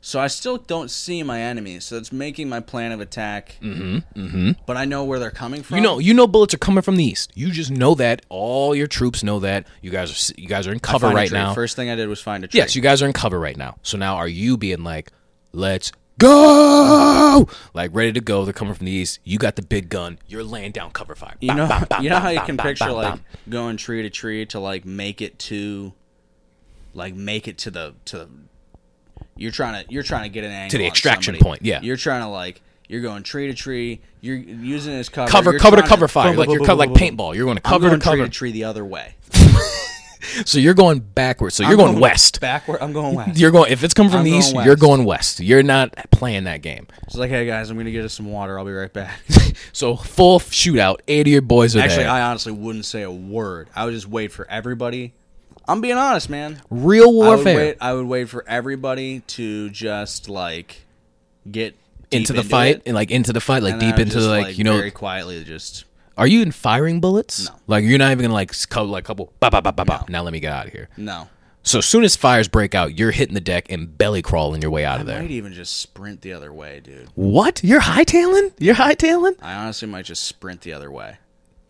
so I still don't see my enemies. So it's making my plan of attack. Mm-hmm. Mm-hmm. But I know where they're coming from. You know, you know, bullets are coming from the east. You just know that. All your troops know that. You guys are, s- you guys are in cover Find a right tree. now. First thing I did was find a tree. Yes, you guys are in cover right now. So now are you being like, let's go? Like ready to go. They're coming from the east. You got the big gun. You're laying down cover fire. You know, *laughs* you know how you can picture like going tree to tree to like make it to, like make it to the to. You're trying to you're trying to get an angle the on extraction somebody. point, yeah. you're trying to like you're going tree to tree. You're using it as cover. cover you're cover to trying cover fire. Boom, Like boom, you're boom, co- boom, like boom, boom. paintball. You're going to I'm cover to going tree cover. to tree the *laughs* other way. So you're going backwards. So you're I'm going west. backward. I'm going west. You're going if it's coming from I'm the going east, west. you're going west. You're not playing that game. It's like, hey guys, I'm gonna get us some water. I'll be *laughs* right back. So full shootout. Eight of your boys are Actually, there. I honestly wouldn't say a word. I would just wait for everybody. I'm being honest, man. Real I would warfare. wait. I would wait for everybody to just like get deep into the fight it, and like into the fight, like and then I deep would into just, like, you know very quietly just Are you in firing bullets? No. Like you're not even gonna like s- co- like couple ba ba ba ba ba. Now let me get out of here. no. So as soon as fires break out, you're hitting the deck and belly crawling your way out of I there. might even just sprint the other way, dude. What? You're hightailing? You're hightailing? I honestly might just sprint the other way.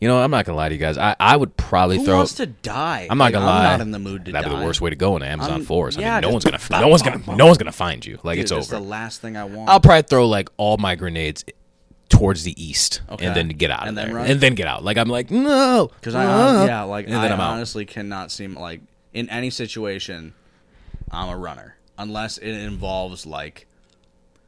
You know, I'm not gonna lie to you guys. I, I would probably Who throw. wants to die? I'm not Like, gonna lie. I'm not in the mood to That'd die. be the worst way to go in an Amazon I'm- forest. I yeah, mean, no one's just gonna. no one's gonna. no one's gonna find you. Like Dude, it's that's over. the last thing I want. I'll probably throw like all my grenades towards the east Okay. and then get out And of then there run? and then get out. Like I'm like no, Because I hon- yeah, like uh-huh. and I then I'm out. honestly cannot seem like in any situation, I'm a runner unless it involves like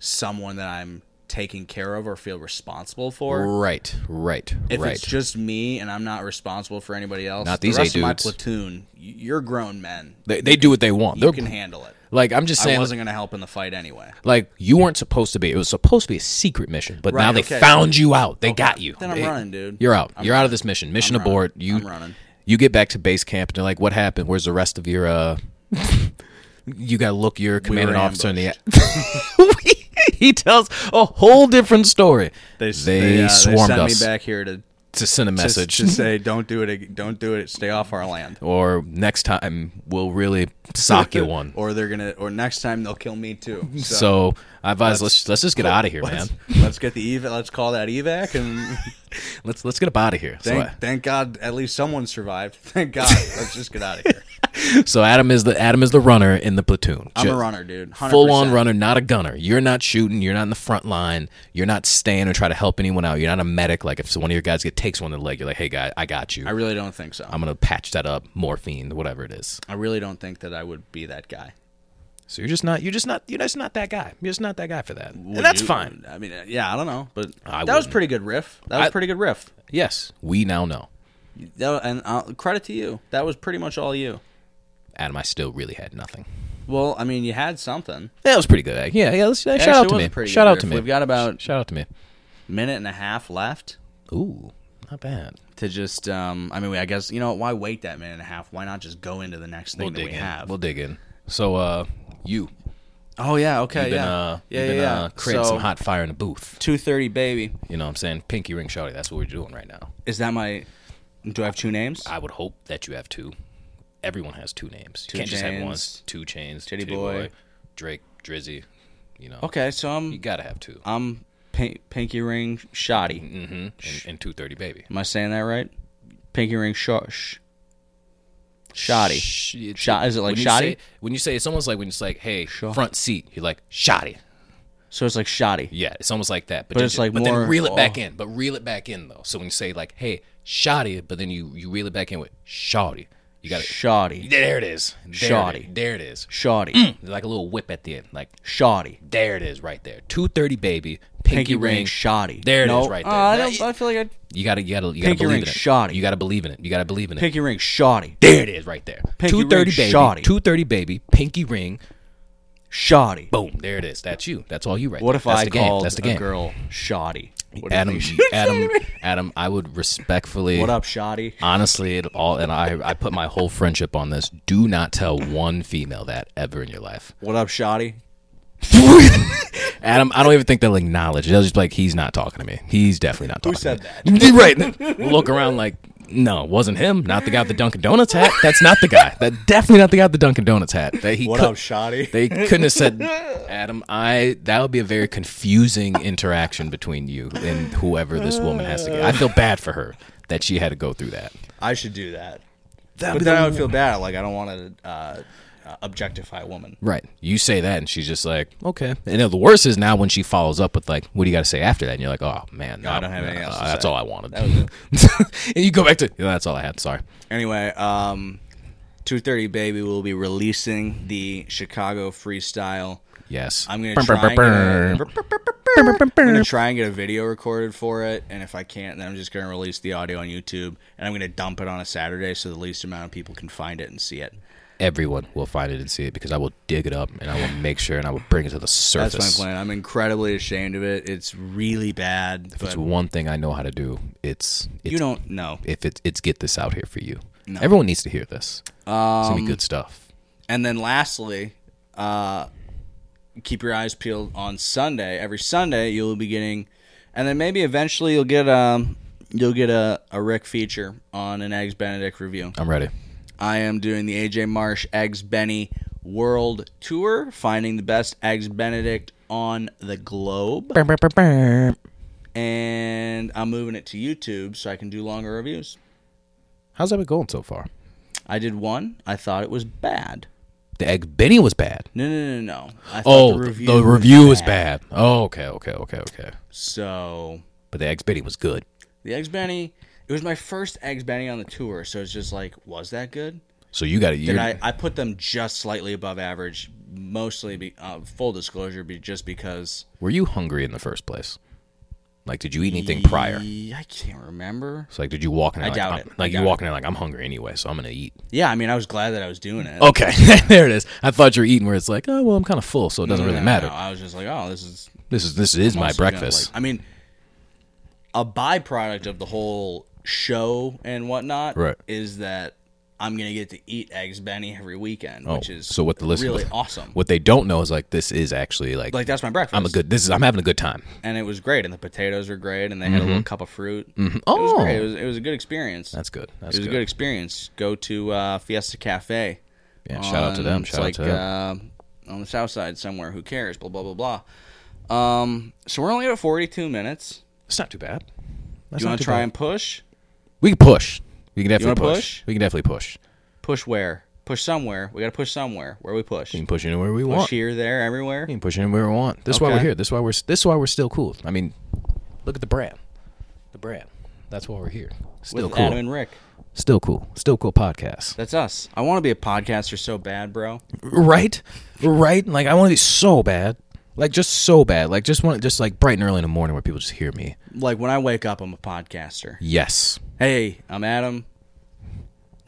someone that I'm taking care of or feel responsible for. Right, right, If right. it's just me and I'm not responsible for anybody else, Not these the rest eight of my dudes. platoon, y- you're grown men. They, they do what they want. You They're can handle it. like I'm just I saying. wasn't gonna help in the fight anyway. Like you weren't supposed to be. It was supposed to be a secret mission, but Right, now they okay. found you out. They got you. Then I'm They- running, dude. You're out. I'm you're out of this mission. Mission I'm running. abort. You. I'm running. You get back to base camp and they're like, "What happened? Where's the rest of your?" uh You gotta look your commanding were officer in the. he tells a *laughs* whole different story. They, s- uh, swarmed they sent us me back here to to send a message. to, to say don't do it. ag- Don't do it. Stay off our land. *laughs* or next time we'll really sock *laughs* you one. or they're gonna or next time they'll kill me too. So, So I advise let's let's just get out of here, man. let's, let's get the evac. Let's call that *laughs* evac and Let's let's get up out of here. So thank, I- thank God at least someone survived. *laughs* Thank God. let's just get out of *laughs* here. So Adam is the Adam is the runner in the platoon. I'm a Ju- runner, dude. 100%. Full on runner, not a gunner. You're not shooting. You're not in the front line. You're not staying or try to help anyone out. You're not a medic. Like if one of your guys get takes one in the leg, you're like, hey guy, I got you. I really don't think so. I'm gonna patch that up, morphine, whatever it is. I really don't think that I would be that guy. So you're just not. You're just not. You're just not that guy. You're just not that guy for that. Would and that's you? fine. I mean, uh, yeah, I don't know, but I that was wouldn't. pretty good riff. That was I- pretty good riff. Yes, we now know. That- and uh, credit to you. That was pretty much all you. Adam, I still really had nothing. Well, I mean, you had something. That was pretty good. Yeah, yeah. Let's, uh, shout actually out to was me. pretty Shout good out to riff. me. We've got about- shout out to me. Minute and a half left Ooh, not bad. to just. Um, I mean, I guess you know why wait that minute and a half? Why not just go into the next thing We'll that dig we in. have? We'll dig in. So, uh, you, Oh yeah, okay, You've been, yeah, uh, yeah, you've yeah, been yeah. uh, creating some hot fire in the booth. two thirty, baby. You know what I'm saying? Pinky ring shorty. That's what we're doing right now. Is that my? Do I have two names? I would hope that you have two. Everyone has two names. you can't just have one. Chainz, Two chains. Titty Boy. Drake, Drizzy. You know. okay, Uh, so You I'm gotta have two. I'm pink, pinky ring shoddy. Mm-hmm. And, and two thirty baby. Am I saying that right? Pinky ring shosh. Shoddy. Sh- it- Shot- is it like when you shoddy? say- when you say it's almost like when it's like, hey, front seat. You're like shoddy. So it's like shoddy. Yeah, it's almost like that. But, But then it's ju- like but more- then reel it back oh. in. But reel it back in though. So when you say like, hey, shoddy, but then you you reel it back in with shoddy. You got to Shoddy. There it is. There it- Shoddy. there it is. Shoddy. Like a little whip at the end. Like Shoddy. there it is right there. Two thirty baby. Pinky, Pinky ring ring. shoddy. There it is no, right uh, there. I, Now don't, you- I feel like I You gotta you gotta you Pinky gotta believe ring in it. shoddy. You gotta believe in it. You gotta believe in it. pinky ring *laughs* shoddy. There it is right there. Pinky Two thirty ring baby. shoddy. Two thirty baby. Pinky ring. Shoddy. Boom. There it is. That's you. That's all you right. What there. if That's I the game. called That's the a game. girl shoddy? What do *laughs* you Adam, think she- Adam, Adam, I would respectfully, What up, shoddy? honestly, it all, and I, I put my whole friendship on this. Do not tell one female that ever in your *laughs* life, What up, shoddy? Adam. I don't even think they'll acknowledge. it. They'll just be like, he's not talking to me. He's definitely not talking. said to me. that? *laughs* right. Look around, like, no, wasn't him. Not the guy with the Dunkin' Donuts hat. That's not the guy. That definitely not the guy with the Dunkin' Donuts hat. That he What could- up, shoddy? They couldn't have *laughs* said, Adam. I that would be a very confusing interaction between you and whoever this woman has to get. I feel bad for her that she had to go through that. I should do that. but then I would feel bad. Like I don't want to uh, uh, objectify a woman. Right. You say that, and she's just like, okay. And then the worst is now when she follows up with like, what do you got to say after that? And you're like, oh man, I don't have anything else to That's say. all I wanted. *laughs* and you go back to "Yeah, that's all I had. Sorry. Anyway, um, two thirty, baby, will be releasing the Chicago freestyle. Yes. I'm Brr, gonna brr, try. And brr, get a, brr. I'm gonna try and get a video recorded for it, and if I can't, then I'm just gonna release the audio on YouTube, and I'm gonna dump it on a Saturday so the least amount of people can find it and see it. Everyone will find it and see it because I will dig it up and I will make sure and I will bring it to the surface. That's my plan. I'm incredibly ashamed of it. It's really bad, but It's one thing I know how to do. It's, it's you don't know. if it's it's get this out here for you. Everyone needs to hear this. it's Um, gonna be good stuff. And then lastly, uh, keep your eyes peeled on Sunday. Every Sunday you'll be getting, and then maybe eventually you'll get um you'll get a, a Rick feature on an Eggs Benedict review. I'm ready. I am doing the AJ Marsh Eggs Benny World Tour, finding the best Eggs Benedict on the globe. And I'm moving it to YouTube so I can do longer reviews. How's that been going so far? I did one. I thought it was bad. The egg Benny was bad. No, no, no, no. I thought Oh, the review, the review was, bad. Oh, okay, okay, okay, okay. So But the egg Benny was good. the Eggs Benny, it was my first Eggs Benny on the tour, so it's just like, was that good? So you got to And I, I put them just slightly above average, mostly be, uh, full disclosure, be just because Were you hungry in the first place? Like, did you eat anything prior? E, I can't remember. So like, did you walk in? there I like, doubt I'm- it. I Like you doubt walking in like I'm hungry anyway, so I'm gonna eat. Yeah, I mean, I was glad that I was doing it. Okay, *laughs* there Oh, it is. I thought you were eating where it's like, oh well, I'm kind of full, so it doesn't really No, matter. no, I was just like, oh, this is This is this is my also gonna, breakfast. like- I mean, a byproduct of the whole show and whatnot Right. is that I'm gonna get to eat eggs Benny every weekend, which is Oh, so what the listener really awesome. What they don't know is like this is actually like like that's my breakfast. I'm a good. This is I'm having a good time. and it was great, and the potatoes were great, and they had a little cup of fruit. it was Mm-hmm. Oh. great. It was, it was a good experience. That's good. That's it was good. a good experience. Go to uh, Fiesta Cafe. Yeah, shout out to on- them. Um, it's Shout out like, to them. Uh, on the south side somewhere. Who cares? Blah blah blah blah. Um, so we're only at 42 minutes. It's not too bad. Do you want to try and push? We can push. We can definitely wanna push. push? We can definitely push. Push where? Push somewhere. We got to push somewhere. Where we push? We can push anywhere we Push want. here, there, everywhere. We can push anywhere we want. This is why Okay. we're here. This is why we're this is why we're still cool. I mean, look at the brand. The brand. That's why we're here. With Still Adam cool. and Rick. Still cool. Still cool podcast. That's us. I want to be a podcaster so bad, bro. Right? Right? Like I want to be so bad. Like just so bad. Like just want just like bright and early in the morning where people just hear me. Like when I wake up, I'm a podcaster. Yes. Hey, I'm Adam.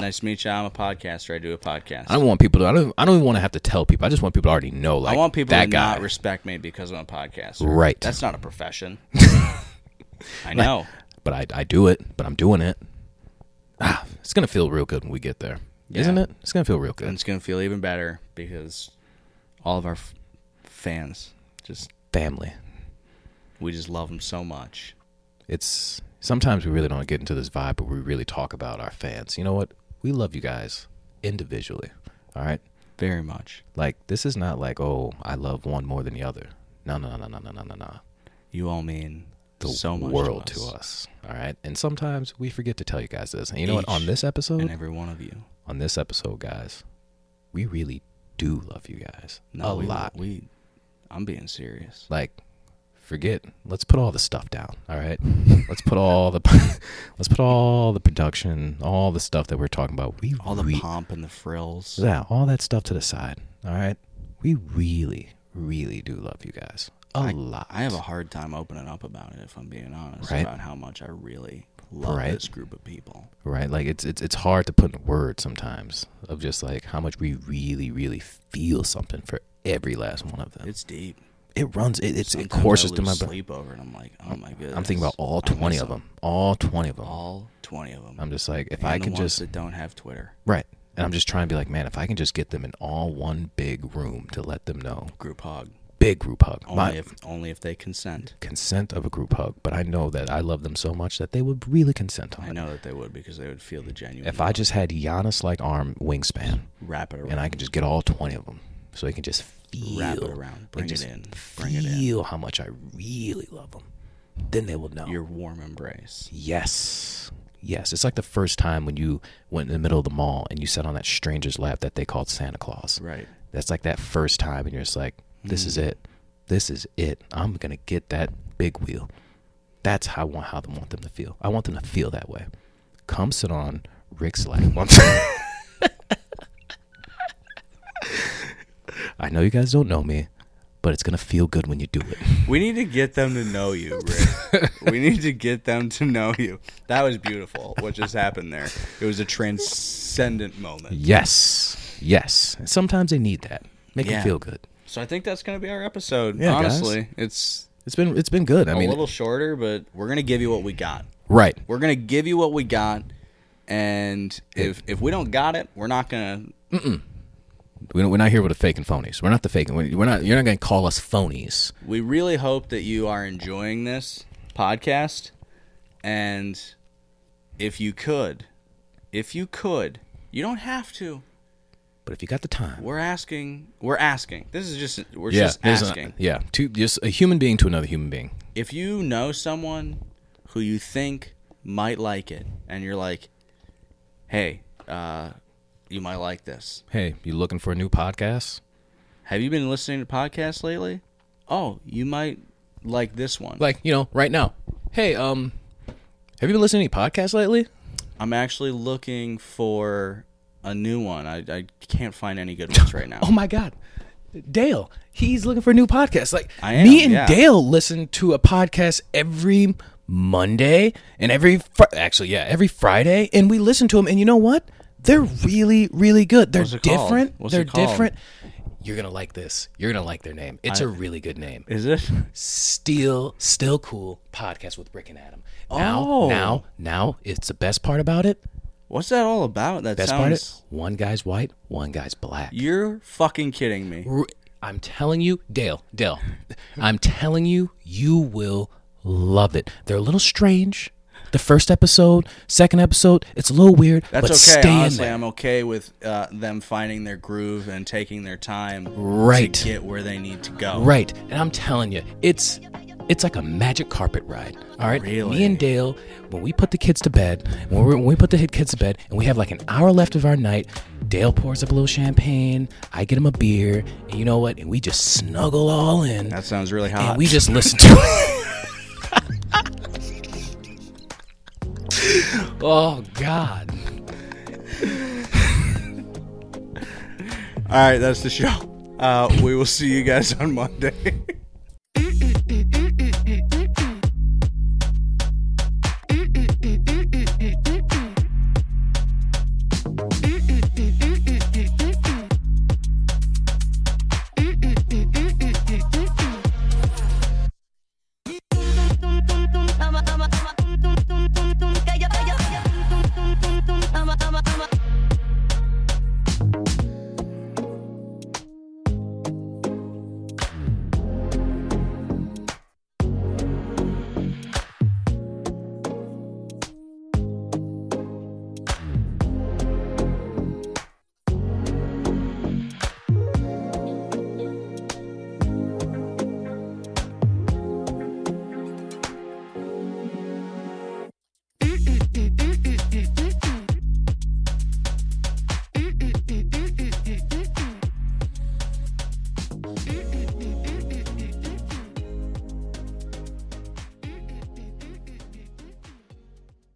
Nice to meet you. I'm a podcaster. I do a podcast. I don't want people to. I don't. I don't even want to have to tell people. I just want people to already know. Like I want people that to guy. not respect me because I'm a podcaster. Right. That's not *laughs* a profession. I know. but I, I do it. But I'm doing it. Ah, it's gonna feel real good when we get there, not it? It's gonna feel real And good. it's going to feel even better because all of our f- fans. Just Family. we just love them so much. It's sometimes we really don't get into this vibe, but we really talk about our fans. You know what? We love you guys individually. All right. Very much. Like this is not like oh I love one more than the other. No no no no no no no no. You all mean The so much world to us. All right. And sometimes we forget to tell you guys this. And you know what? Each On this episode, and every one of you. on this episode, guys, we really do love you guys a we- lot. We, I'm being serious. like forget let's put all the stuff down all right let's put all the *laughs* let's put all the production all the stuff that we're talking about we All the re- pomp and the frills. yeah all that stuff to the side all right we really really do love you guys a lot I have a hard time opening up about it if I'm being honest Right. about how much I really love Right. this group of people. right like it's it's it's hard to put in words sometimes of just like how much we really really feel something for every last one of them It's deep. it runs it it's, it Sometimes I courses through my lose brain sleep over it. I'm like, oh my goodness. i'm thinking about all I miss 20 of them all 20 of them All 20 of them. i'm just like if and i the can ones just that don't have Twitter Right. And I'm just trying to be like, man, if I can just get them in all one big room to let them know. group hug. Big group hug. Only My if only if they consent. consent of a group hug. But I know that I love them so much that they would really consent on I it. know that they would because they would feel the genuine. If I just had Giannis like arm wingspan wrap it around, and I can just get all 20 of them so they can just feel. Wrap it around. they Bring it just in. Bring it in. Feel how much I really love them. Then they will know. your warm embrace. Yes. Yes. It's like the first time when you went in the middle of the mall and you sat on that stranger's lap that they called Santa Claus. Right. Mm-hmm. That's like that first time and you're just like, this is it. This is it. I'm gonna get that big wheel. That's how I want how I want them to feel. I want them to feel that way. Come sit on Rick's *laughs* lap. Once I know you guys don't know me, but it's gonna feel good when you do it. We need to get them to know you, *laughs* Rick. we need to get them to know you. That was beautiful. What just happened there? It was a transcendent moment. Yes. Yes. And sometimes they need that. Make Yeah. them feel good. So I think that's going to be our episode. Yeah, guys. honestly, it's It's been it's been good. I a mean, little shorter, but we're going to give you what we got. right. We're going to give you what we got, and if if we don't got it, we're not going to. We don't, we're not here with the fake and phonies. We're not the fake. and- We're not. You're not going to call us phonies. We really hope that you are enjoying this podcast. And if you could, if you could, you don't have to. But if you got the time, We're asking. We're asking. This is just. We're just there's a- asking. yeah, to just a human being to another human being. if you know someone who you think might like it, and you're like, "Hey, uh, you might like this. Hey, you looking for a new podcast? Have you been listening to podcasts lately? Oh, you might like this one. Like you know, right now. Hey, um, have you been listening to any podcasts lately? I'm actually looking for a new one. I, I can't find any good ones right *laughs* now. Oh my God, Dale, he's looking for a new podcast. Like I am, me and yeah. Dale listen to a podcast every Monday and every fr- actually yeah every Friday, and we listen to them. And you know what? They're really really good. They're What's it called? different. What's They're it called? different. You're gonna like this. You're gonna like their name. It's a really good name. Is it? Still, still cool podcast with Rick and Adam. Now, Oh. now, now, it's the best part about it. What's that all about? That Best part of it. sounds. One guy's white, one guy's black. You're fucking kidding me. R- I'm telling you, Dale, Dale, I'm telling you, you will love it. They're a little strange. The first episode, second episode, it's a little weird. but That's Stay okay. in Honestly, there. I'm okay with uh, them finding their groove and taking their time Right. to get where they need to go. Right. And I'm telling you, it's it's like a magic carpet ride. All right. Really? Me and Dale, when we put the kids to bed, when, we when we put the hit kids to bed, and we have like an hour left of our night, Dale pours up a little champagne. I get him a beer, and you know what? And we just snuggle all in, That sounds really hot. and we just listen to it. oh God. All right, that's the show. Uh, we will see you guys on Monday.